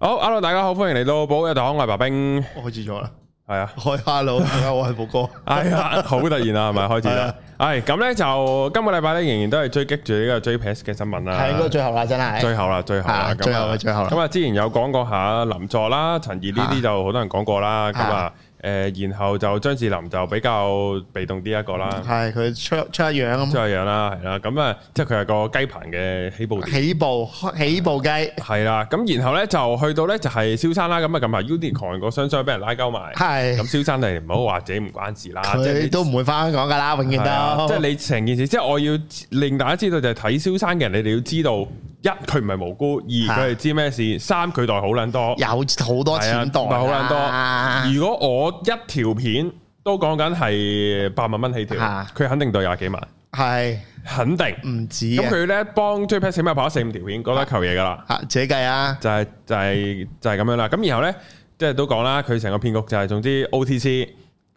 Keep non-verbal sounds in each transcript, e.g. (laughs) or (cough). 好，hello，大家好，歡迎嚟到寶藥黨，我係白冰，我開始咗啦，係啊，開 hello，大家好，我係寶哥，哎呀，好突然啊，係咪開始係啦啊？係咁咧，就今個禮拜咧，仍然都係追擊住呢個 JPS 嘅新聞啦，係應該最後啦，真最係，後啦，最後啦，啊咁啊最後啦最後啦咁啊，之前有講過下林作啦、陳怡呢啊啲就好多人講過啦，咁啊，誒，然後就張智霖就比較被動啲一個啦，係佢出出一樣即咁，係樣啦，係啦，咁啊，即係佢係個雞棚嘅起 (laughs) 步點。起步開起步雞，係啦，咁然後咧就去到咧就係蕭生啦，咁啊近排 Unicorn 個雙雙俾人拉鳩埋，咁係蕭生你唔好話自己唔關事啦，即啊係你佢都唔會翻香港噶啦，永遠係啊都，即係你成件事，即係我要令大家知道就係睇蕭生嘅人，你哋要知道一佢唔係無辜，二佢係知咩事，三佢袋好撚多，有好多係啊錢袋，袋好撚多。啊，如果我一條片都講緊係八萬蚊起條，嚇佢肯定袋廿幾萬，係肯定。唔止咁嘅，佢咧幫 JPEX 起碼跑咗四五條片，嗰得球嘢噶啦。嚇自己計啊，就係、就係、就係、咁樣啦。咁然後呢，即係都講啦，佢成個騙局就係、總之 OTC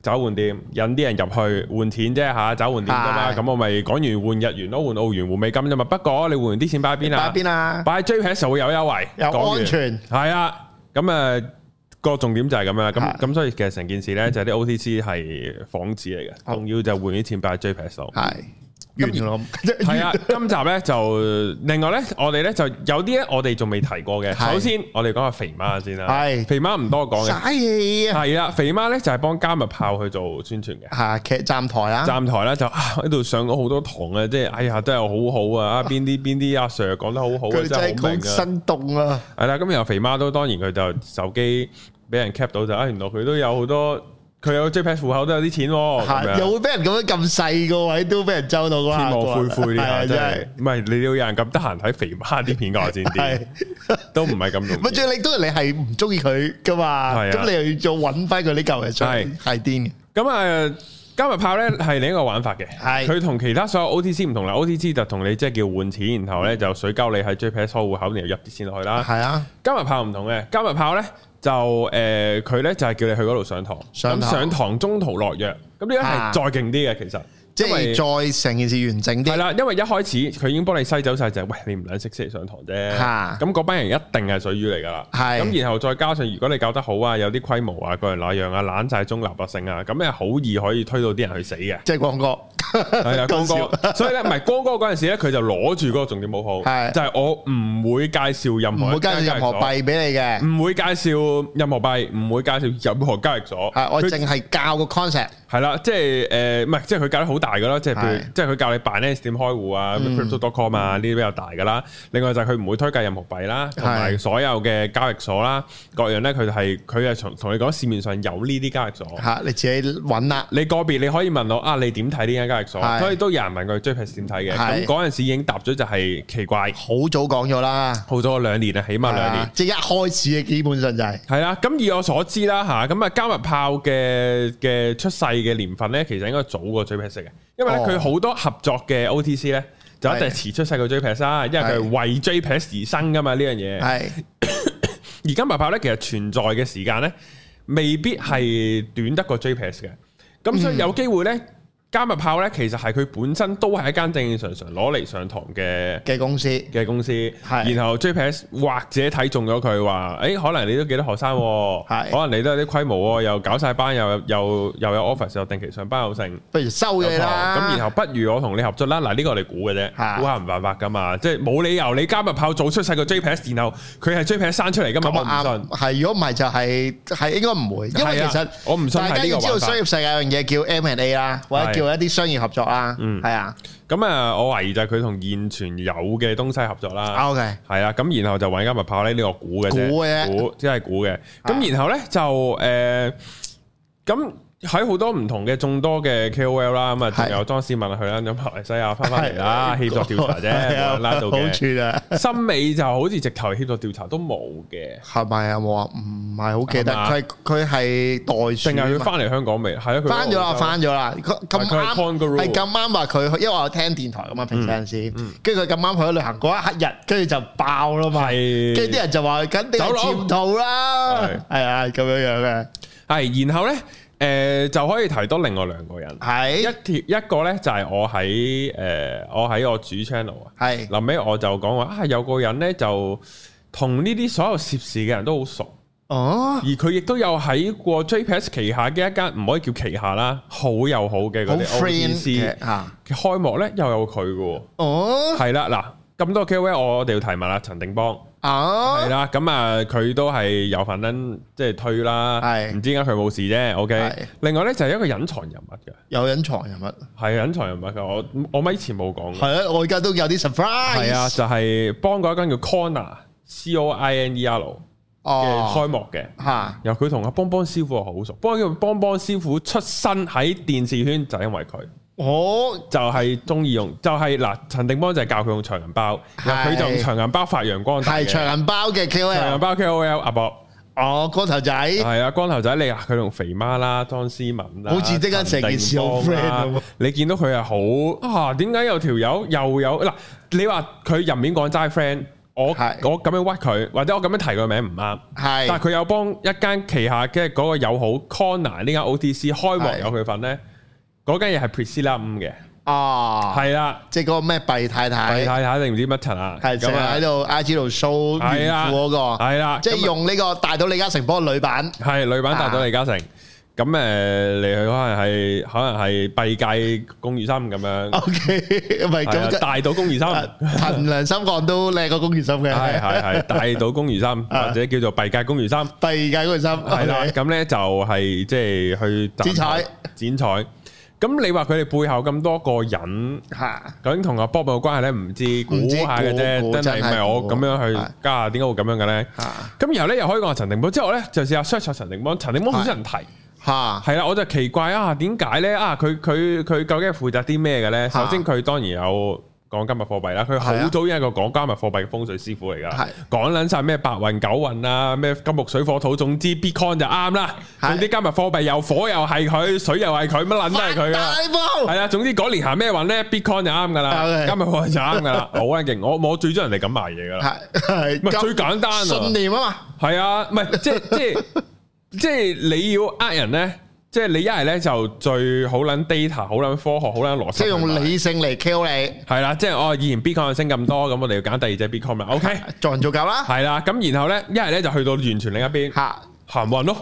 找換店引啲人入去換錢啫嚇，找換店啫嘛。係咁我咪講完換日元咯，換澳元、換美金啫嘛。不過你換完啲錢擺喺邊擺啊？邊啊，擺 JPS 會有優惠，有講完安全係啊。咁誒個重點就係咁樣啦。咁係咁所以其實成件事呢，就係啲 OTC 係幌子嚟嘅，好仲要就換啲錢擺喺 JPS 度。係完咗啦咁，系 (laughs) 啊，今集咧就另外咧，我哋咧就有啲咧，我哋仲未提過嘅。係首先，我哋講下肥媽先啦。係肥媽唔多講嘅， (laughs) 嘥氣啊，係啦，肥媽咧就係幫加密炮去做宣傳嘅。嚇劇站台啊，站台咧就啊喺度上咗好多堂啊，即係哎呀，真係好好啊！啊邊啲邊啲阿 Sir 講得好好啊，佢真真係係好好明啊！生動啊，係啦，咁然後肥媽都當然佢就手機俾人 cap 到就啊，原來佢都有好多，佢有 JPEX 户口都有啲錢喎。咁嚇樣又會俾人咁樣咁細個位都俾人周到嗰天下網過恢啦，恢呢係啊下真真係係。，唔係你要有人咁得閒睇肥媽啲片嘅我先知，係，都唔係咁容咪易。最你都係你係唔中意佢噶嘛？係啊咁你又要再揾翻佢呢嚿嘢出係嚟，係癲嘅。咁啊，加密炮咧係另一個玩法嘅，係佢同其他所有 OTC 唔同啦，OTC 就同你即係叫換錢，然後咧就水溝你喺 JPS 戶口，然後入啲錢落去啦。嗯係啊，加密炮唔同嘅，加密炮咧就誒佢咧就係叫你去嗰度上堂，上咁堂上堂中途落藥，咁呢個係啊再勁啲嘅其實，即因為係再成件事完整係啲。啦，因為一開始佢已經幫你篩走晒，就係、喂你唔撚識先嚟上堂啫。嚇咁嗰班人一定係水魚嚟㗎啦。係。咁，然後再加上如果你教得好啊，有啲規模啊，各樣那樣啊，懶晒中立啊性啊，咁係好易可以推到啲人去死嘅即係廣告，係啊，光講笑哥，所以咧唔係光哥嗰陣時咧，佢就攞住嗰個重點好好，係就係我唔會介紹任唔何會一間加任何交易所，幣俾你嘅。唔會介紹任何幣，唔會介紹任何交易所。係，我佢淨係教個 concept，係啦，即係誒，唔係即係佢教得好大噶啦，即係譬如係嗯即係佢教你 Binance 點開戶啊，Crypto.com 啊呢啲比較大噶啦。另外就係佢唔會推介任何幣啦，同埋係所有嘅交易所啦，各樣咧佢係佢係同同你講市面上有呢啲交易所。嚇你自己揾啦。你個別你可以問我啊，你點睇呢間交易所？係所以都有人問佢 JPEX 點睇嘅。咁係嗰陣時已經答咗就係奇怪，好早講咗啦，耗咗我兩年啊，起碼兩年啊。即係一開始嘅基本上就係係啦，咁以我所知啦吓，咁啊加密炮嘅嘅出世嘅年份咧，其實應該早過 JPEX 嘅，因為咧哦佢好多合作嘅 OTC 咧，就一定係遲出世過 JPEX 啦，啊因為佢係為 JPEX 而生噶嘛呢樣嘢。係而加密炮咧，其實存在嘅時間咧，未必係短得過 JPEX 嘅，咁所以有機會咧，加密炮咧其實係佢本身都係一間正正常常攞嚟上堂嘅。嘅公司嘅公司，係然後 JPS 或者睇中咗佢話，誒、可能你都幾多學生喎、係可能你都有啲規模喎、又搞晒班，又又又有 office，又定期上班又剩，不如收有咗堂你啦。咁然後不如我同你合作啦。嗱，呢個我哋估嘅啫，嚇估下唔犯法噶嘛，即係冇理由你加密炮早出世個 JPS，然後佢係 JPS 生出嚟噶嘛，我唔咁啊信啱，。係如果唔係就係係應該唔會，因係為啊其實我唔信係呢個大家要知道玩法商業世界有樣嘢叫 M&A 啦，或者係叫一啲商業合作啦，嗯係啊咁啊，我懷疑就係佢同現存有嘅東西合作啦。 ，OK，係啦，咁然後就玩加密炮咧，呢個估嘅啫，估嘅啫估即係估嘅。咁啊然後咧就誒，呃咁喺好多唔同嘅眾多嘅 KOL 啦，咁啊仲係有莊士文去啦，咁馬來西亞翻翻嚟啦，協助調 (laughs) 查啫，係啊冇人拉到好嘅。處啊。森美就好似直頭協助調查都冇嘅，係咪啊？我話唔係好記得，係嘛佢佢係袋鼠定係佢嘛翻嚟香港未？係啊，佢翻咗啦，翻咗啦。佢佢咁係啱 Kangaroo 係咁啱話佢，因為我聽電台咁嘛，平時有陣時，跟住佢咁啱去咗旅行嗰一刻日，跟住就爆啦嘛。係跟住啲人就話肯定走係佬潛逃啦係，係啊，咁樣樣嘅，係，然後咧誒就可以提多另外兩個人，一係條一個咧就係我呃喺誒我喺我主 channel 啊。係臨尾我就講話啊，有個人咧就同呢啲所有涉事嘅人都好熟，哦，而佢亦都有喺過 JPS 旗下嘅一間唔可以叫旗下啦，好友好嘅好嗰啲 friend OTC 嘅吓，嘅開幕咧，又有佢嘅哦喎，係啦，嗱咁多 KOL 我哋要提問啦，陳定邦。啊系，ờ. 啦，咁啊，佢都係有份登，即係推啦，係唔知點解佢冇事啫。OK，係另外咧就係一個隱藏人物嘅，有隱藏人物，係係隱藏人物嘅。我我咪以前冇講嘅，啊，我而家都有啲 surprise，係啊，，就係幫嗰一間叫 Corner C O I N E R 嘅哦，開幕嘅。吓，由佢同阿邦邦師傅好熟，不過因為邦邦師傅出身喺電視圈就因為佢，我就係中意用，就係嗱陳定邦就係教佢用長銀包，然後佢就用係長銀包發揚光大係嘅長長銀啊包嘅銀 KOL，包 K O L 阿博。哦，光頭仔，系啊，光頭仔你啊，佢同肥媽啦、莊思敏啦，好似即刻成件事好陳定邦啦 friend 咁啊你見到佢係好啊？點解有條友又有嗱？你話佢入面講齋 friend，我我係咁樣屈佢，或者我咁樣提佢名唔啱，但係係，佢有幫一間旗下嘅嗰個友好 Connor 呢間 OTC 開幕係有佢份咧，嗰間嘢係 Priscilla 五嘅，哦，係啦，即係嗰個咩幣太睇太，睇睇定唔知乜柒啊？係成日喺度 IG 度 show 係炫啊富嗰個，係啦，即係咁啊用呢個大到李嘉誠幫個女版，系女版達到李嘉誠，咁誒、你去可能係可能係閉界公寓三咁樣， O (laughs) K，唔係係啊咁大到公寓三，À, 係憑良心講都靚過公寓心嘅，係 (laughs) 係大到公寓三，啊或者叫做閉界公寓 (laughs) 三，第二屆公寓心係啦，咁咧就係即係去剪彩剪彩，咁你話佢哋背後咁多個人。嚇，究竟同阿 Bob 有關係咧？唔知估唔知下嘅估啫，估真係唔真係係我估咁樣係去加，點解會咁樣嘅咧啊？咁然後咧又可以講下陳定邦，之後咧就試下 search 下陳定邦，陳定邦好少人提。嚇係啦，我就奇怪啊，點解咧？啊，佢佢佢究竟係負責啲咩嘅咧？嚇首先佢當然有講加密貨幣啦，佢好係啊早已經係一個講加密貨幣嘅風水師傅嚟噶係，講撚晒咩白雲九雲啊，咩金木水火土，總之 Bitcoin 就啱啦。係總之加密貨幣又火又係佢，水又係佢，乜撚都係佢大噶。波係啦，總之嗰年行咩運咧，Bitcoin 就啱噶啦，係加密貨幣就啱 (laughs) 噶啦，好撚勁。我我最憎人哋咁賣嘢噶啦，係係唔係咁最簡單啊信念啊嘛，系啊，唔系 (laughs) 即系即系即系你要呃人咧，即系你一系咧就最好捻 data，好捻科學，好捻邏輯去買，即係用理性嚟 kill 你，係啦，即係哦我以前 Bitcoin 升咁多，咁我哋要揀第二隻 Bitcoin 啦。OK，做人做狗啦係啦，咁然後咧一係咧就去到完全另一邊嚇，行運咯，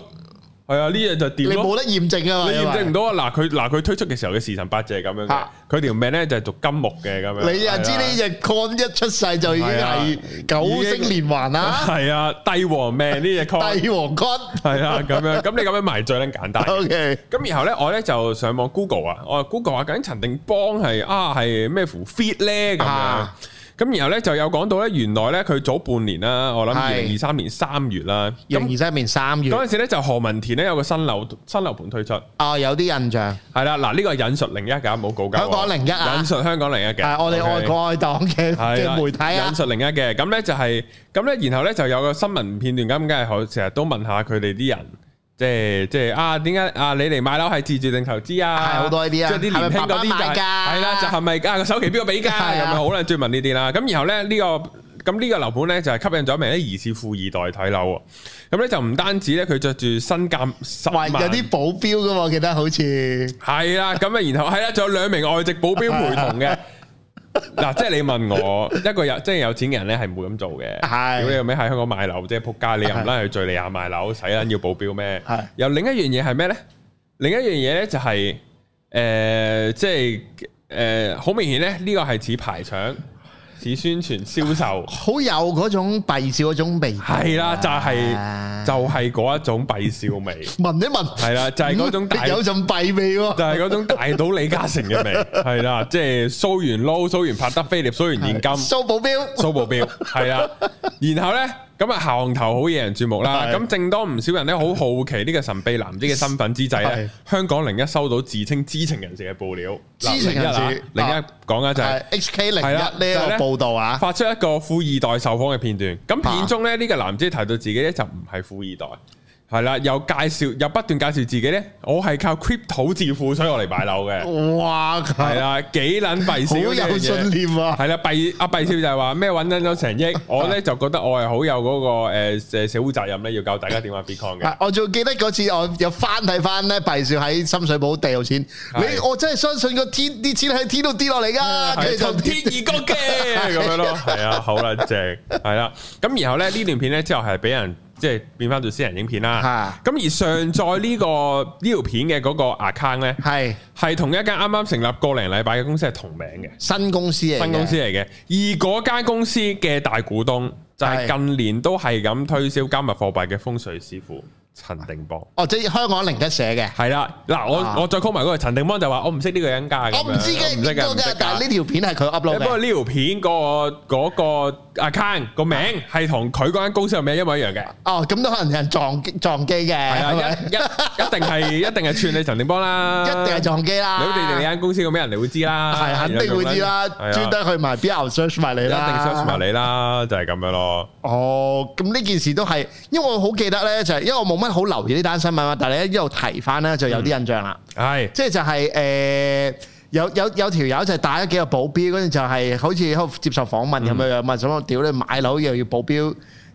係啊，呢嘢就你掂咯。冇得驗證啊嘛，你因驗為證唔到啊！嗱，佢嗱佢推出嘅時候嘅時辰八隻咁樣嘅嚇，佢條命咧就係讀金木嘅咁樣。你又知呢只 con 一出世就已經係九星連環啦，係啊，帝王命呢只 coin (laughs) 帝王 con。係啊，咁樣咁你咁樣埋最撚簡單。 O K，咁然後咧，我咧就上網 Google 啊，我 Google 下究竟陳定邦係啊係咩符 fit 咧咁樣啊。咁然後咧就有講到咧，原來咧佢早半年啦，我諗二係零二三年三月啦。咁二零二三年三月嗰，陣時咧就何文田咧有個新樓新樓盤推出，係啊有啲印象，啦，嗱呢個係引述零一㗎，冇告鳩啊。香港01啊引述香港零一嘅，係我哋 Dạ, OK à, 愛國愛黨嘅係啦嘅媒體啊引，述零一嘅，咁咧就係咁咧，然後咧就有個新聞片段咁，梗係好成日都問下佢哋啲人。即係即係啊，點解啊？你嚟買樓係自住定投資啊？係好多呢啲啊即係啲年輕嗰啲係咪爸爸買就係㗎係啦，就係咪啊個首期邊個俾㗎？係啊咁樣好啦，追問呢啲啦。咁然後咧呢個咁呢個樓盤咧就係吸引咗一名咧疑似富二代睇樓喎。咁咧就唔單止咧佢着住身價十喂萬，有啲保鏢噶我記得好似係啦，咁啊，然後係啦，仲有兩名外籍保鏢陪同 (laughs) 嘅。嗱，即係你問我一個有即係有錢嘅人咧，係唔會咁做嘅。係如果你後尾喺香港買樓，即係仆街，你又唔拉去敘利亞買樓，使撚要保鏢咩？係又另一樣嘢係咩咧？另一樣嘢咧就係誒，即係誒，好明顯咧，呢個係似排場、似宣傳、銷 (laughs) 售。好有嗰種閉笑嗰種味道啊，係啦，就係就係嗰一種閉笑味，聞一聞，係啦，就係嗰種大嗯有陣閉味就喎，係嗰種大到李嘉誠嘅味， (laughs) 係啦，即係蘇完撈、蘇完拍得菲力、蘇完現金、蘇保鏢蘇保鏢，係啦。然後呢，咁啊行頭好惹人注目啦。係咁正當唔少人呢好好奇呢個神秘男子嘅身份之際呢係，香港零一收到自稱知情人士嘅報料，嗱知情人士零一啊講緊就係係 H À, K 零一係啦就係呢咧個報導啊，發出啊一個富二代受訪嘅片段。咁片中咧呢個男子提到自己咧就唔係富二代，系啦，又介紹又不斷介紹自己咧，我係靠 crypto 致富，所以我嚟買樓嘅，哇，佢係啦，幾撚弊少好呢樣有嘢信念啊！係啦，弊阿弊少就係話咩揾緊咗成億，我咧就覺得我係好有嗰、個誒、呃社會責任咧，要教大家點玩 Bitcoin 嘅啊。我仲記得嗰次，我又翻睇翻咧，幣少喺深水埗掉錢，係你我真係相信個天啲錢喺天度跌落嚟係㗎，啊佢就從天而降嘅咁樣 (laughs) 咯，係啊，好啦，正係啦。咁然後咧呢段片咧之後係俾人即係變翻做私人影片啊啦。咁而上載呢、個呢條片嘅嗰個 account 咧，係係同一間啱啱成立個零禮拜嘅公司係同名嘅。新公司嚟嘅，新公司嚟嘅，而嗰間公司嘅大股東就係係近年都係咁推銷加密貨幣嘅風水師傅陳定邦。哦，即係香港零一社嘅，係啦，嗱啊我我再 call 埋嗰個陳定邦就話我唔識呢個人家，我唔知咁樣嘅我唔識邊㗎，個唔識㗎，但係㗎呢條片係佢 upload 不過嘅，呢條片個嗰個 account 個名係同佢嗰間公司個名一模一樣嘅，哦，咁都可能有人撞撞機嘅，係啊，係咪一一一定係 (laughs) 一定係串你陳定邦啦，一定係撞機啦，你好地地你間公司個名人哋會知啦，係肯定會知啦，係啊專登去埋 B R search 埋你一定啦， search 埋你啦，就係咁樣咯，哦，咁呢件事都係，因為我好記得呢，就係、因為我冇乜好留意呢單新聞嘛，但係咧一路提翻呢，就有啲印象啦。係即係就係、呃有有有條友就打咗幾個保鏢，跟住就係好似喺度接受訪問咁樣樣嘛，咁我屌你買樓又要保鏢，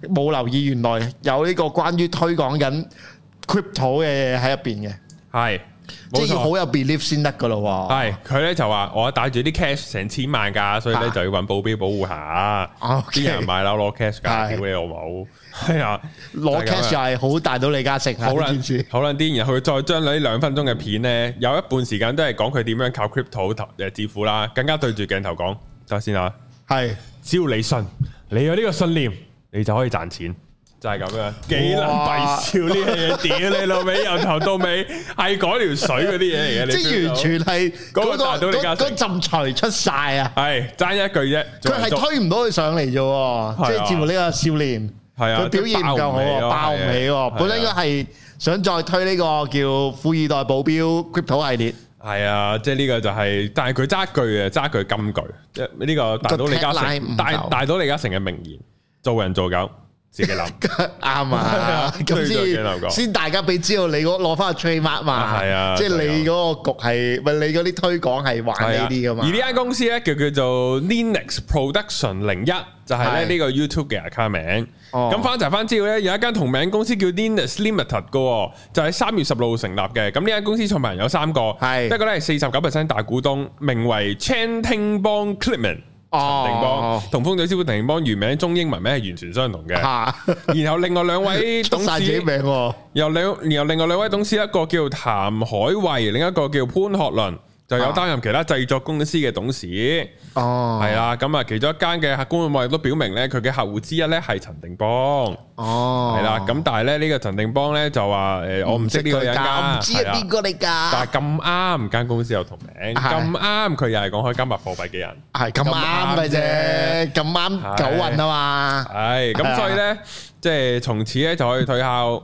冇留意原來有呢個關於推廣緊 crypto 嘅嘢喺入邊嘅，係，即冇係要錯好。有 belief 先得噶咯喎。系佢咧就話我帶住啲 cash 成千萬㗎，所以咧啊就要揾保鏢保護下。 OK 啲人買樓攞 cash 㗎，係屌你老母！係啊，攞就係咁 cash 樣又係好大到李嘉誠啊！好呢件撚事好撚啲，然後佢再將呢兩分鐘嘅片咧，有一半時間都係講佢點樣靠 crypto 投誒致富啦，更加對住鏡頭講，等下先啊！係只要你信，你有呢個信念，你就可以賺錢。就係咁啊樣，幾撚弊笑呢樣嘢，屌你老味，由頭到尾係嗰條水嗰啲嘢嚟嘅，你即係 feel 到完全係嗰個嗰個大到李嘉嗰誠嗰陣財出晒啊！係爭一句啫，做佢人係做推唔到佢上嚟啫喎，啊即係接乎呢個少年，係啊佢表現唔夠好即係喎，爆爆唔唔起起咯係啊喎。本身應該係想再推呢個叫富二代保鏢 (laughs) crypto 系列，系啊，即系呢个就係，但係佢揸一句啊，揸一句金句，即係呢個大到李嘉個 tagline 誠，唔大夠大到李嘉誠嘅名言：做人做狗，自己 (laughs) 諗。啱啊！推咁咗幾兩個先先大家俾知道你嗰攞翻個 trademark 嘛，係啊即係就有你嗰個局係，喂你嗰啲推廣係玩係呢啊，啲噶嘛而呢？間公司咧叫叫做 Linux Production 零一，就係係咧呢個 YouTube 嘅 account 名。哦咁翻查翻資料咧，有一間同名公司叫 Linux Limited 嘅喎，就喺三月十六號成立嘅。咁呢間公司創辦人有三個，係一個咧係四十九 percent 大股東，名為 Chanting Bong Clement 陳定邦哦，， (laughs) 同風水師傅陳定邦原名中英文名係完全相同嘅。嚇，然後另外兩位 (laughs) 出董晒自己事，名喎，由兩然後另外兩位董事，一個叫譚海慧，另一個叫潘學倫，就有擔任其他製作公司嘅董事，係哦，啦。咁啊，其中一間嘅客觀會亦都表明咧，佢嘅客戶之一咧係陳定邦，哦，係啦。咁但係咧呢個陳定邦咧就話誒，我唔識呢個人㗎㗎，唔知係係啊啦邊個嚟但㗎？係咁啱間公司有同名，係咁啱佢又係講開加密貨幣嘅人。係咁啱嘅啫，咁啱九運啊嘛。系係咁，啊所以咧，即係從此咧就可以退校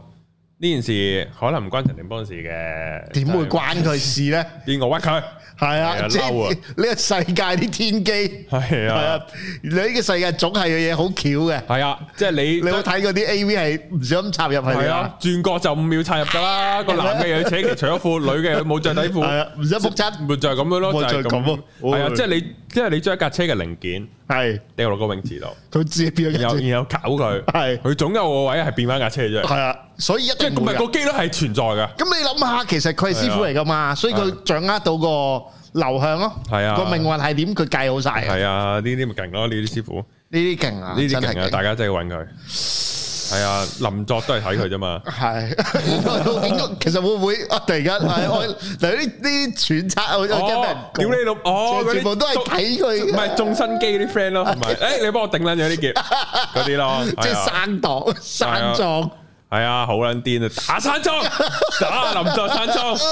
呢件事，可能唔關陳定邦事嘅，點會關佢事咧？邊個屈佢？係係啊啊，即嬲啊係呢個世界啲天機係係啊啊，，你呢個世界總係有嘢好巧嘅。係啊，即係你你有冇睇嗰啲 A V 係唔小心插入去係㗎啊？，轉角就五秒插入㗎啦，個男嘅又要扯旗除咗褲，女嘅又冇着底係褲，啊，唔小心撲親咪就係咁樣咯，咪就就係係咁咁咯咯，係啊，哎即係你即係你將一架車嘅零件係掉落個泳池度，佢自己變咗然後 (laughs) 一隻然後搞佢，係佢總有個位係變翻架車啫，係啊，所以一即係定咁會咪㗎個機率係存在㗎。咁你諗下，其實佢係師傅嚟㗎嘛，所以佢掌握到個流向咯，啊係啊個命運係點，佢計好晒嘅。係啊，呢啲咪勁咯，呢啲師傅。呢啲勁啊，呢啲真勁係啊，大家真係要揾佢。係啊，林作都係睇佢啫嘛。系，應該其實會唔會啊？突然間，係我嗱呢呢啲揣測，我我驚俾人哦，告屌你老，哦，嗰啲全部都係睇佢唔係種新機啲 friend (laughs) 咯，唔係，誒你幫我頂撚咗啲劫嗰啲咯，即係係啊，生檔生撞，係啊，好撚癲啊，打 (laughs) 山莊，打林作山莊，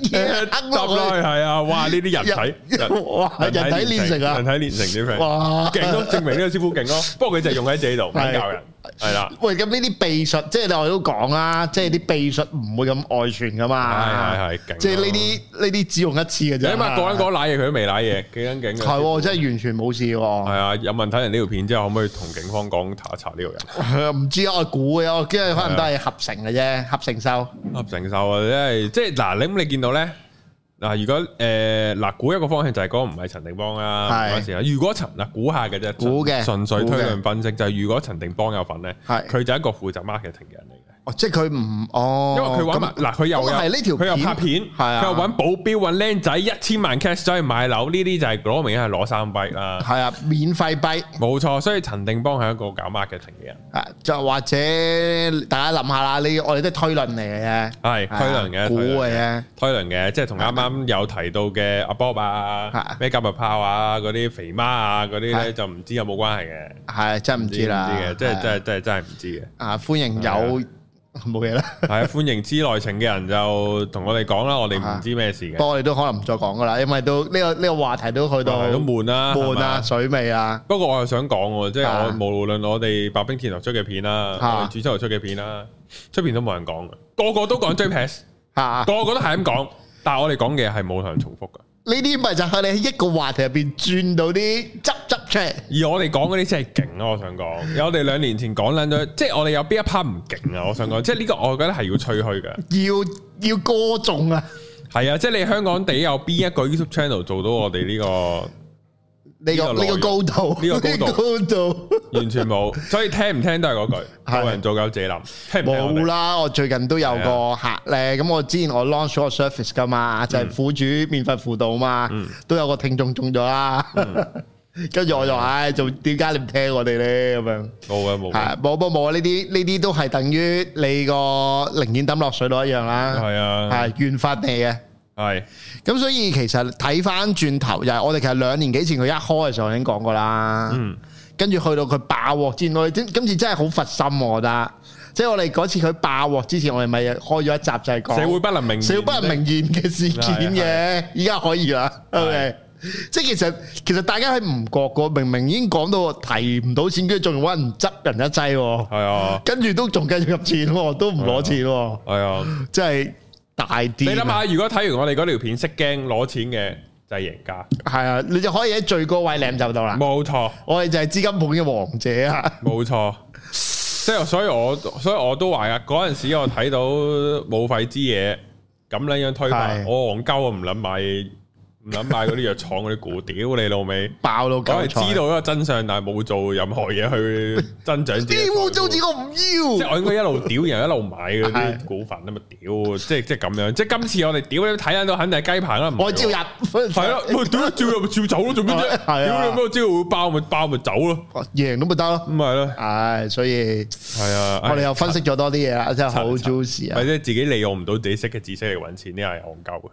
一嘢揼掹落落去去，係啊，哇！呢啲人體人哇人體練成啊人體練成啲 friend，哇勁咯，證明呢個師傅勁咯。不過佢就係用喺自己度，唔肯教人，系啦，喂，咁呢啲秘術，即係我哋都講啦，即係啲秘術唔會咁外傳噶嘛，係係係勁啊即係呢啲呢啲只用一次嘅你啫。起碼個人講濑嘢，佢都未濑嘢，幾撚勁係嘅。喎，真係完全冇事係喎。啊，有問睇人呢條片之後，可唔可以同警方講查一查呢個人？唔知啊，我估嘅，我驚可能都係合成嘅啫，合成收。合承受啊，即係即係嗱，你咁你見到咧嗱，如果誒嗱，估一個方向就係講唔係陳定邦啦，係嗰陣時啊，如果陳嗱估下嘅啫，估嘅純粹推估論分析就係如果陳定邦有份咧，係佢就係一個負責 marketing 嘅人嚟嘅。哦，即係佢唔哦，因為佢玩咁埋嗱，佢又有咁啊係呢條佢又片拍片，係啊佢又揾保鏢揾僆仔一千萬 cash 走去買樓，呢啲就係攞明係攞三筆啦，係啊，免費幣冇錯。所以陳定邦係一個搞 marketing 嘅人，啊，就或者大家諗下啦，呢我哋都係推論嚟嘅啫，係啊推論嘅估推論嘅嘅啫，推論嘅，即係同啱啱有提到嘅阿 Bob 啊啊、咩今日炮啊、嗰啲肥媽啊嗰啲咧，係就唔知有冇關係嘅，係真係唔知啦唔，嘅，即係係真係真係真係唔知啊，歡迎有冇嘢啦，嘅。係啊，歡迎知內情嘅人就同我哋講啦，我哋唔啊知咩事不嘅，過我哋都可能唔再講噶啦，因為都呢個呢個話題都去到都悶啦，係悶嘛啊、水味啊，不過我又想講喎，即係我啊無論我哋白冰天頭出嘅片啦，啊我哋主修出嘅片啦，出邊都冇人講嘅，個個都講 JPS，嚇個個都係咁講，但係我哋講嘅係冇同人重複嘅，呢啲咪就係你喺一個話題入邊轉到啲執執出嚟，而我哋講嗰啲真係勁啊！我想講，有我哋兩年前講撚咗，即係我哋有邊一 part 唔勁啊！我想講，即係呢個我覺得係要吹噓嘅，要要歌頌啊！係啊！即係你香港地有邊一個 YouTube channel 做到我哋呢個呢個呢個呢個高度，呢個高度呢個高 (laughs) 度。完全冇，所以聽唔聽都係嗰句，係冇人做夠自己諗，聽唔聽我哋啊冇啦，我最近都有個客咧，咁我之前我 launch 咗個 service 噶嗯嘛，就係苦主免費輔導嘛，都有個聽眾中咗啦，嗯 (laughs) 跟住我就唉，做點解你唔聽我哋咧咁樣？冇嘅冇嘅，係冇冇冇啊！呢啲呢啲都係等於你個零件抌落水度一樣啦，係啊，係怨法嚟嘅。係咁所以其實睇翻轉頭，就係我哋其實兩年幾前佢一開嘅時候已經講過啦。嗯，跟住去到佢爆鑊之外，今今次真係好佛心，我覺得。即係我哋嗰次佢爆鑊之前，我哋咪開咗一集就係講社會不能明言，社會不能明言嘅事件嘅，依家可以啦。係 OK，即係其實其實大家喺唔覺個，明明已經講到提唔到錢，跟住仲揾人執人一劑喎。係啊。跟住都仲繼續入錢喎，都唔攞錢喎，系啊，真係大啲。你諗下，如果睇完我哋嗰條片識驚攞錢嘅就係贏家，係啊，你就可以喺最高位領走到啦。冇錯我哋就係資金盤嘅王者啊！冇錯，即係所以我所以我都話噶，嗰阵时我睇到冇費之嘢咁樣樣推法，係我戇鳩啊我唔諗買唔諗買嗰啲藥廠嗰啲股，屌你老 (laughs) 味！爆到我係九彩，知道一個真相，但係冇做任何嘢去 (laughs) 增長自 (laughs) 己嘅財啲富。污糟紙我唔即係要。我應該一路屌，然後一路買嗰啲係股份啊嘛，屌！即係即係咁樣，即係今次我哋屌你睇緊都肯定係雞棚啦，唔係我照喎入，系係 (laughs) 啦，喂，屌照入咪照走咯，做咩啫？係啊屌你咩招會爆咪爆咪走咯，贏都咪得咯。咁咪咯，唉，所以系啊，我哋又分析咗多啲嘢啦，真係好慘慘 juicy 或啊！者自己利用唔到自己識嘅知識嚟搵錢，呢係戇鳩嘅。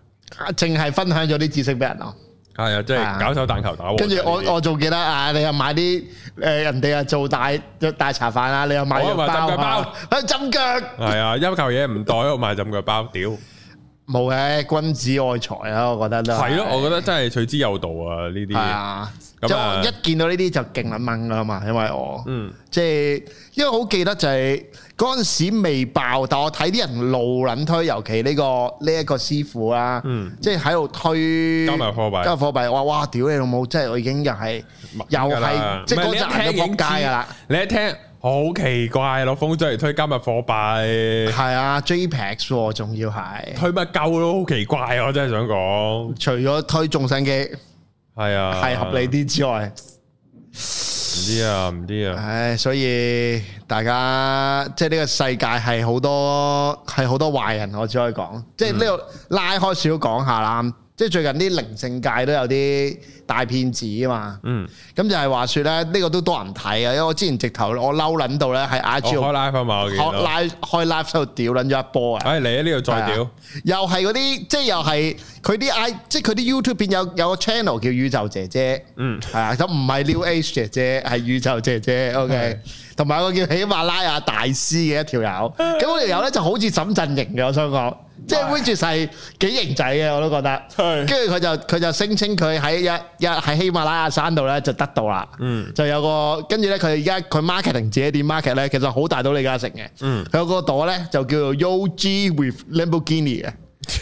淨係分享咗啲知識俾人咯。係啊，即係啊搞手彈球打和。跟住呢我啲我仲記得啊，你又買啲誒人哋啊做大大茶飯啊，你又買我藥又買包浸腳啊，啊浸腳。係啊，一嚿嘢唔袋，我賣浸腳包，屌冇嘅，君子愛財啊，我覺得都係咯，我覺得真係取之有道啊呢係啲。啊，咁即係啊我一見到呢啲就勁撚掹噶啦嘛，因為我嗯，即係因為好記得就係嗰陣時未爆，但我睇啲人路撚推，尤其呢個呢一個師傅啦嗯，即係喺度推加密貨幣加密貨幣，哇哇屌你老母！即係我已經又係又㗎啦係即係唔係你一嗰陣人聽就已仆經街知㗎啦，。你一聽好奇怪，攞風筝嚟推加密貨幣，係啊，JPEX 喎，仲要係推乜鳩都好奇怪，我真係想講。除咗推眾生機係啊，係合理啲之外。唔知啊，唔知啊。唉，所以大家即係呢個世界係好多係好多壞人，我只可以講，即係呢度拉開少少講下啦。即係最近啲靈性界都有啲大騙子啊嘛，嗯，咁就係話説咧，呢、個都多人睇啊，因為我之前直頭我嬲撚到咧喺 IG 我開度 live 啊嘛，我見開到。 live 開 live 喺度屌撚咗一波啊！唉，嚟啊呢度再係屌啊，又係嗰啲即係又係佢啲 I 即係佢啲 YouTube 片有有個 channel 叫宇宙姐姐，嗯係啊，咁唔係 New Age 姐姐，係宇宙姐姐，OK，(laughs) 同埋有個叫喜馬拉雅大師嘅一條友，咁嗰條友咧就好似沈振營嘅，我想講，即係 Winches 係幾型仔嘅，我都覺得。跟係住佢就佢就聲稱佢喺一一喺喜馬拉雅山度咧就得到啦，嗯就有個跟住咧佢而家佢 marketing 自己點 market 咧，其實好大到李嘉誠嘅，嗯佢有個朵咧就叫做 UG with (laughs) Lamborghini 嘅，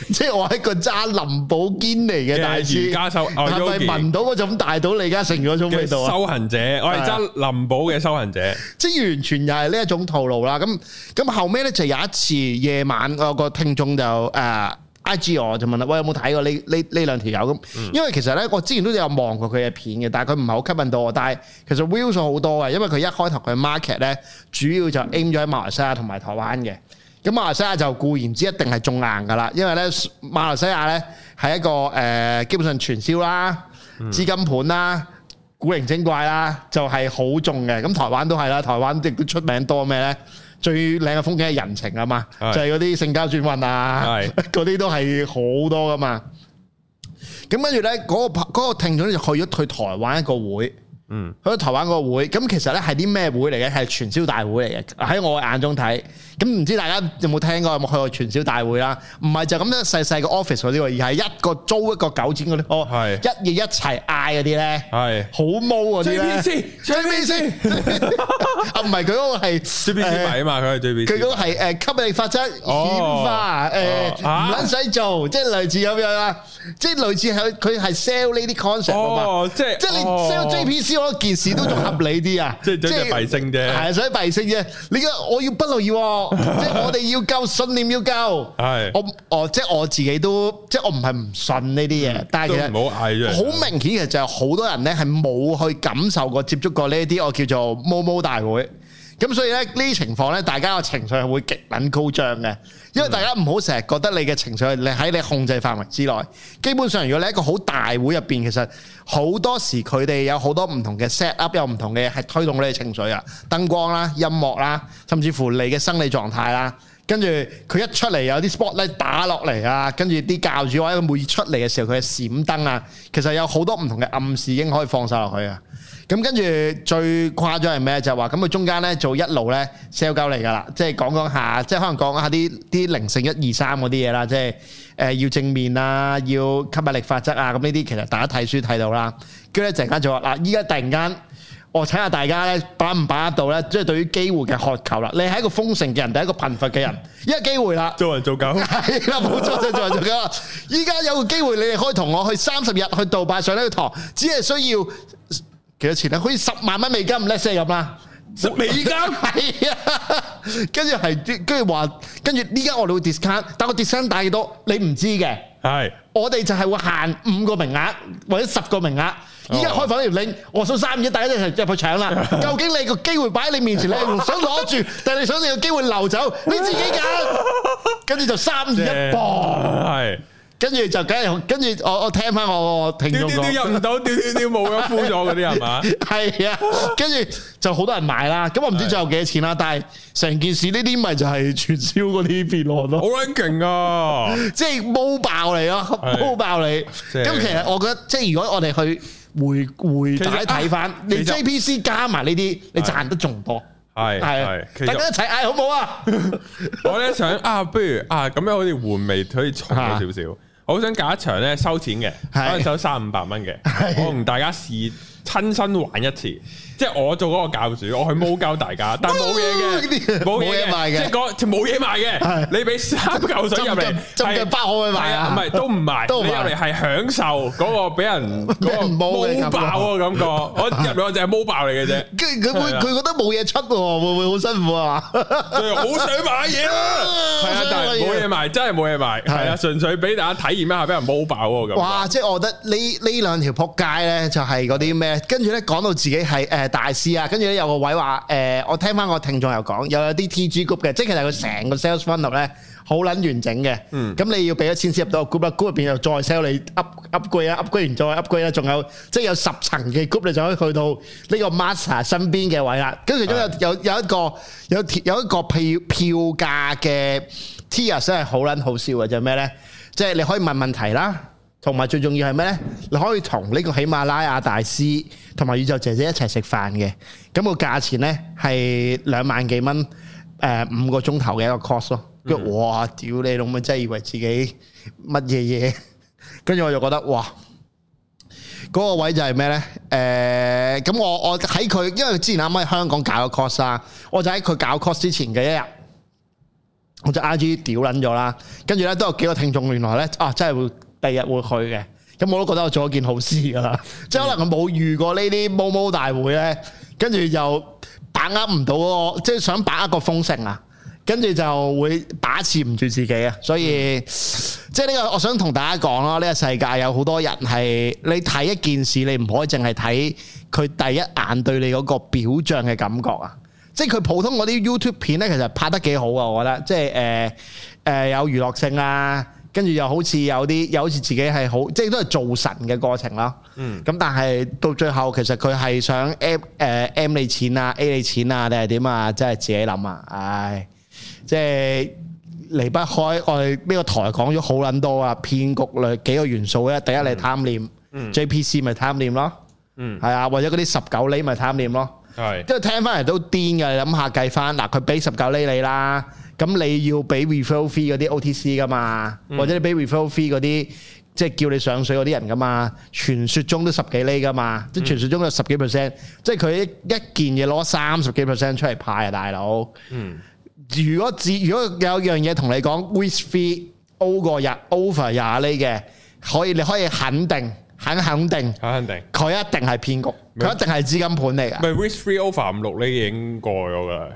即係我係一個揸林寶堅尼嘅大嘅師瑜，伽修哦係咪 Yogi 聞到嗰種大到李嘉誠嗰種嘅味道啊？修行者，我係揸林寶嘅修行者，即係完全又係呢一種套路啦。咁咁後尾咧就有一次夜晚，我有個聽眾就誒。I G 我就問啦，喂有冇睇過呢呢呢兩條友咁？因為其實咧，我之前都有望過佢嘅片嘅，但係佢唔係好吸引到我。但係其實 view 數好多嘅，因為佢一開頭佢 market 咧，主要就 aim 咗喺馬來西亞同埋台灣嘅。咁馬來西亞就固然之一定係中硬噶啦，因為咧馬來西亞咧係一個誒、呃基本上傳銷啦、資金盤啦。古靈精怪啦，就係、好重嘅。咁台灣都係啦，台灣亦都出名多咩呢？最靚嘅風景係人情啊嘛，係就係嗰啲性交轉運啊係， (laughs) 嗰啲都係好多噶嘛。咁跟住呢，嗰、個嗰、個聽眾就去咗去台灣一個會，嗯，去咗台灣個會。咁其實呢係啲咩會嚟嘅？係傳銷大會嚟嘅。喺我眼中睇，咁唔知大家有冇聽過，有冇去過傳銷大會啦？唔係就咁樣細細個 office 嗰啲喎，而係一個租一個九展嗰啲，哦，係一嘢一齊嗌嗰啲呢。係好啊毛嗰啲咧 JPC，JPC， (laughs) 啊，唔係佢嗰個係 JPC 呃米啊嘛，佢係 JPC，Ờ. 佢嗰個係誒吸引力法則顯哦化，誒哦唔啊撚使做，即係類似咁樣啦，即係類似係佢係 sell 呢啲 concept 啊嘛，哦，即係即係你哦 sell JPC 嗰件事都仲合理啲啊， (laughs) 即係即係幣升啫係啊所以幣升啫。你嘅我要不勞 (laughs) 而獲，即係我哋要夠信念要夠，係我我即係我自己都即係我唔係唔信呢啲嘢，但係都啊其實唔好嗌出嚟好明顯，其實就係好多人咧係冇去感受過、接觸過呢啲我叫做毛毛大會。咁所以咧呢啲情況咧，大家嘅情緒係會極撚高漲嘅，因為大家唔好成日覺得你嘅情緒係你喺你控制範圍之內。基本上，如果你喺一個好大會入邊，其實好多時佢哋有好多唔同嘅 set up，有唔同嘅嘢係推動你嘅情緒啊，燈光啦、音樂啦，甚至乎你嘅生理狀態啦。跟住佢一出嚟有啲 spotlight 打落嚟啊，跟住啲教主或者每出嚟嘅時候佢嘅閃燈啊，其實有好多唔同嘅暗示已經可以放晒落去啊。咁跟住最誇張係咩？就係話咁佢中間咧做一路咧 sell 鳩嚟㗎啦，即係講講下，即係可能講下啲啲靈性一二三嗰啲嘢啦，即係誒、呃要正面啊，要吸引力法則啊，咁呢啲其實大家睇書睇到啦。跟住咧陣間就話嗱，依家突然間。我睇下大家咧把唔把握到咧，即係對於機會嘅渴求啦。你係一個豐盛嘅人，定係一個貧乏嘅人？依家機會啦，做人做狗，係啦，冇錯就做做噶。依家有個機會，你哋可以同我去三十日去杜拜上呢個堂，只係需要幾多錢咧？好似十萬蚊美金，let's say 咁啦。美金 (laughs) 係啊，跟住係啲，跟住話，跟住依家我哋會 discount，但我 discount 打幾多，你唔知嘅。係我哋就係會限五個名額或者十個名額。依家開放呢條 link，我數三二，大家一齊入去搶啦。究竟你個機會擺喺你面前，你係唔想攞住，定係你想你個機會流走？你自己揀。跟住就三二一磅，係跟住就梗係，跟住我我聽翻我聽屌屌眾 (laughs) 屌講，入唔到，屌屌屌冇咗，敷咗嗰啲係嘛？係啊，跟住就好多人買啦。咁我唔知最後幾多錢啦，但係成件事呢啲咪就係傳銷嗰啲變案咯好。撚勁啊！即係煲爆你咯，係煲爆你。即係咁其實我覺得，即係如果我哋去回回帶睇翻其實，啊你其實 JPC 加埋呢啲，你賺得仲多。係係係，其啊，大實家一齊嗌好唔 (laughs) 好啊？我咧想啊，不如啊咁樣好似換味可以重咗少少。我好想搞一場咧收錢嘅，啊係可能收三五百蚊嘅 (laughs) 係，我同大家試親身玩一次，即係我做嗰個教主，我去踎教大 (laughs) 家，但冇嘢嘅，冇嘢冇嘢賣嘅即係嗰冇嘢賣嘅，係你俾三嚿水入嚟浸，浸係浸嘅包可唔可以賣係啊唔係都唔賣，都唔你賣入嚟係享受嗰個俾人嗰 (laughs) 個人踎踎嘅感覺爆嘅感覺，我入嚟我就係踎爆嚟嘅啫，跟住佢會係啊佢覺得冇嘢出喎，會唔會好辛苦啊？ (laughs) 所以好想買 (laughs) 嘢啦，係啊，但係冇嘢賣，真係冇嘢賣，係啊，純粹俾大家體驗一下俾人煲爆嗰個感哇！即係我覺得呢呢兩條撲街咧，就係嗰啲咩？跟住咧講到自己係誒大師啊，跟住咧有個位話誒，我聽翻個聽眾又講，又有啲 TG group 嘅，即係其實佢成個 sales funnel 咧好撚完整嘅。嗯咁你要俾咗錢先入到個 group 啦，group 入邊又再 sell 你 up upgrade 啊，upgrade 完再 upgrade 啦，仲有即係有十層嘅 group，你就可以去到呢個 master 身邊嘅位啦。跟住其中有有有一個有有一個票票價嘅 tiers 真係好撚好笑嘅，就係咩咧？即係你可以問問題啦。同埋最重要係咩呢？你可以同呢個喜馬拉雅大師同埋宇宙姐姐一齊食飯嘅，咁、個價錢呢係兩萬幾蚊，誒、五個鐘頭嘅一個 course 咯。跟住哇，屌你老母，真係以為自己乜嘢嘢？ (laughs) 跟住我就覺得哇，嗰、個位就係咩呢？誒、咁我我喺佢，因為之前啱啱喺香港搞個 course 啦，我就喺佢搞 course 之前嘅一日。我就 I G 屌撚咗啦，跟住咧都有幾個聽眾原來咧啊，真係會第日會去嘅，咁我都覺得我做咗件好事噶啦，即係可能我冇遇過呢啲毛毛大會咧，跟住又把握唔到嗰個，即係想把握個風聲啊，跟住就會把持唔住自己啊，所以即係呢個我想同大家講咯，呢、個世界有好多人係你睇一件事，你唔可以淨係睇佢第一眼對你嗰個表象嘅感覺啊。即係佢普通嗰啲 YouTube 片咧，其實拍得幾好啊！我覺得，即係誒誒有娛樂性啊，跟住又好似有啲，又好似自己係好，即係都係做神嘅過程啦。嗯。咁但係到最後，其實佢係想 M 誒、M 你錢啊，A 你錢啊，定係點啊？真係自己諗啊！唉，即係離不開我哋呢個台講咗好撚多啊，騙局類幾個元素咧。第一你貪念、j p c 咪貪念咯，嗯，係啊，或者嗰啲十九厘咪貪念咯。系即係聽翻嚟都癲嘅，你諗下計翻嗱，佢俾十九厘你啦，咁你要俾 referral fee 嗰啲 OTC 噶嘛，或者你俾 referral fee 嗰啲即係叫你上水嗰啲人噶嘛，傳說中都十幾厘噶嘛，即係傳說中有十幾 percent，即係佢一一件嘢攞三十幾 percent 出嚟派啊，大佬。嗯，如果只如果有樣嘢同你講 with fee O 過廿 over 廿厘嘅，可以你可以肯定，肯肯定肯定。佢一定係騙局，佢一定係資金盤嚟㗎。咪 risk free over 五六呢已經過咗噶啦，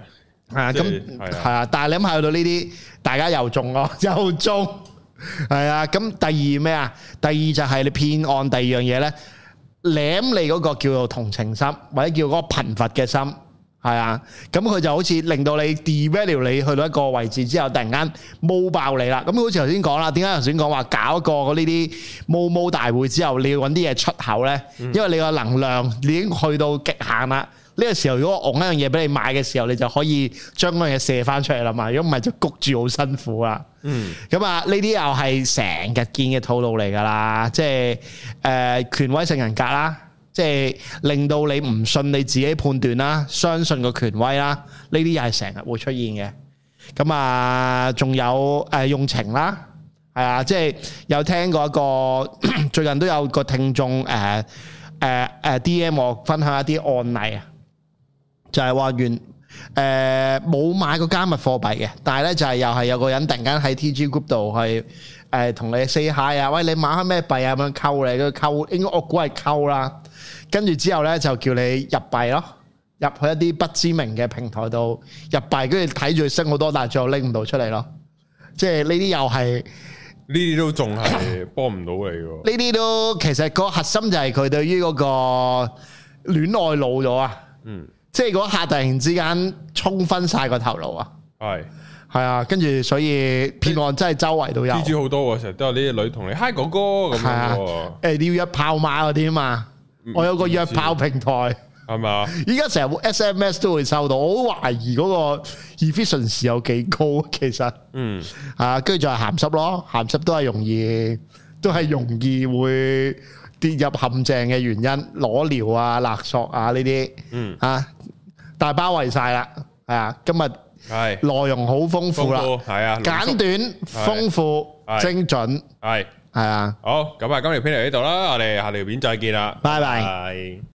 係啊，即係咁係啊係啊，但係你諗下去到呢啲，大家又中咯， (laughs) 又中，係啊。咁第二咩啊？第二就係你騙案，第二樣嘢咧，舐你嗰個叫做同情心，或者叫嗰個貧乏嘅心，係啊。咁佢就好似令到你 devalue 你去到一個位置之後，突然間冇爆你啦。咁好似頭先講啦，點解頭先講話搞一個呢啲冇冇大會之後，你要揾啲嘢出口咧？因為你個能量已經去到極限啦。呢個時候，如果我戇一樣嘢俾你買嘅時候，你就可以將嗰樣嘢射翻出嚟啦嘛。如果唔係就谷住好辛苦啦。嗯，咁啊，呢啲又係成日見嘅套路嚟㗎啦，即係誒、呃、權威性人格啦，即係令到你唔信你自己判斷啦，相信個權威啦，呢啲又係成日會出現嘅。咁啊，仲有誒、呃用情啦，係啊，即係有聽過一個 (clears throat) 最近都有個聽眾誒誒誒 D.M 我分享一啲案例啊。就係話原誒冇買過加密貨幣嘅，但係咧就係又係有個人突然間喺 TG group 度去誒同你 say hi 啊，喂你買開咩幣啊咁樣溝你，佢溝應該我估係溝啦，跟住之後咧就叫你入幣咯。入去一啲不知名嘅平台度入幣，跟住睇住佢升好多，但係最後拎唔到出嚟咯。即係呢啲又係呢啲都仲係幫唔到你喎。呢啲都其實個核心就係佢對於嗰個戀愛老咗啊，嗯，即係嗰下突然之間衝昏晒個頭腦啊！係係啊，跟住所以騙案真係周圍都有。蜘蛛好多喎，成日都有呢啲女同你 hi 哥哥咁係啊樣喎，，誒你要約炮碼嗰啲啊嘛，我有個約炮平台，係咪啊？依家成日 SMS 都會收到，我好懷疑嗰個 efficiency 有幾高，其實嗯，啊，跟住就係鹹濕咯，鹹濕都係容易，都係容易會跌入陷阱嘅原因，裸聊啊、勒索啊呢啲，嗯啊，大包圍晒啦，係啊，今日係內容好豐富啦，豐富係啊，簡簡短、豐富、係精準。係系啊。好咁啊！今條片嚟呢度啦，我哋下條片再見啦，拜拜拜。